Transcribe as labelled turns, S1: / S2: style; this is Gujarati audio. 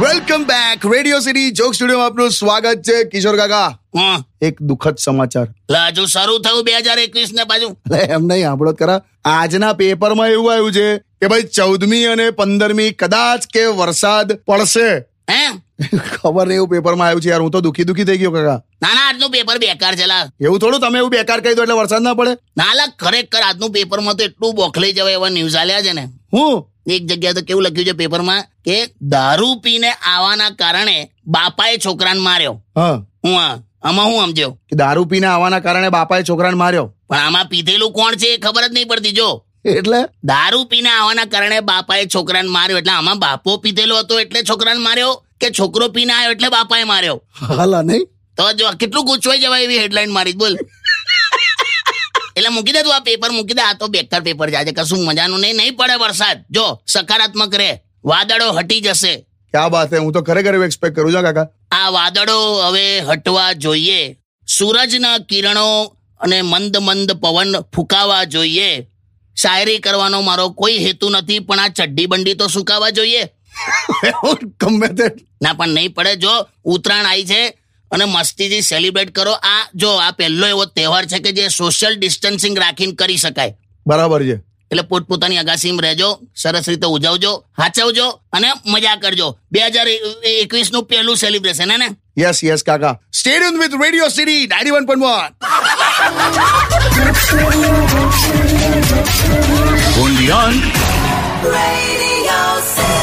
S1: Welcome back radio city joke studio આપનું સ્વાગત છે કિશોર કાકા
S2: હમ.
S1: એક દુઃખદ સમાચાર
S2: લા, હજુ શરૂ થયું બે હજાર એકવીસ ને બાજુ
S1: એટલે એમ નહીં સાંભળો તો ખરા આજના પેપરમાં એવું આવ્યું છે કે ભાઈ ચૌદમી અને પંદરમી કદાચ કે વરસાદ પડશે
S2: હે
S1: ખબર નહીં એવું પેપરમાં આવ્યું છે યાર હું તો દુખી દુખી થઈ ગયો કાકા
S2: ના ના આજનું પેપર બેકાર છે લા
S1: એવું થોડું તમે એવું બેકાર કહી દો એટલે વરસાદ ના પડે
S2: ના લા ખરેખર આજનું પેપરમાં તો એટલું બોખલી જવાય એવા ન્યૂઝ આલ્યા છે ને
S1: હું
S2: એક જગ્યાએ તો કેવું લખ્યું છે પેપરમાં કે દારૂ પીને આવવાના કારણે બાપાએ છોકરાને માર્યો
S1: હા
S2: હું આ આમાં હું સમજ્યો
S1: કે દારૂ પીને આવવાના કારણે બાપાએ છોકરાને માર્યો
S2: પણ આમાં પીધેલું કોણ છે એ ખબર જ નહીં પડતી જો
S1: એટલે
S2: દારૂ પીને આવવાના કારણે બાપાએ છોકરાને માર્યો એટલે આમાં બાપો પીધેલો હતો એટલે છોકરાને માર્યો કે છોકરો પીને આવ્યો એટલે બાપાએ માર્યો
S1: હાલા નહીં
S2: તો જો કેટલું ગૂંચવાઈ જવાય એવી હેડલાઇન મારી બોલ એટલે મૂકી દે તું આ પેપર મૂકી દે આ તો બેકાર પેપર છે આજે કશું મજાનું નહીં નહીં પડે વરસાદ જો સકારાત્મક રહે વાદળો હટી જશે
S1: ક્યાં વાત હે હું તો ખરેખર એવું એક્સપેક્ટ કરું છું હા કાકા
S2: આ વાદળો હવે હટવા જોઈએ સૂરજના કિરણો અને મંદ મંદ પવન ફૂંકાવા જોઈએ શાયરી કરવાનો મારો કોઈ હેતુ નથી પણ આ ચડ્ડી બંડી તો સુકાવા જોઈએ
S1: ગમે તે
S2: ના પણ નહીં પડે જો ઉત્તરાયણ આવી છે અને મસ્તીથી સેલિબ્રેટ કરો આ જો આ પહેલો એવો તહેવાર છે કે જે સોશિયલ ડિસ્ટન્સિંગ રાખીને કરી શકાય
S1: બરાબર છે
S2: એટલે પોતપોતાની અગાસીમાં રહેજો સરસ રીતે ઉજવજો હાચવજો અને મજા કરજો બે હજાર એકવીસ નું પહેલું સેલિબ્રેશન હે ને
S1: યસ યસ કાકા stadium with radio city ninety one point one
S3: Radio City.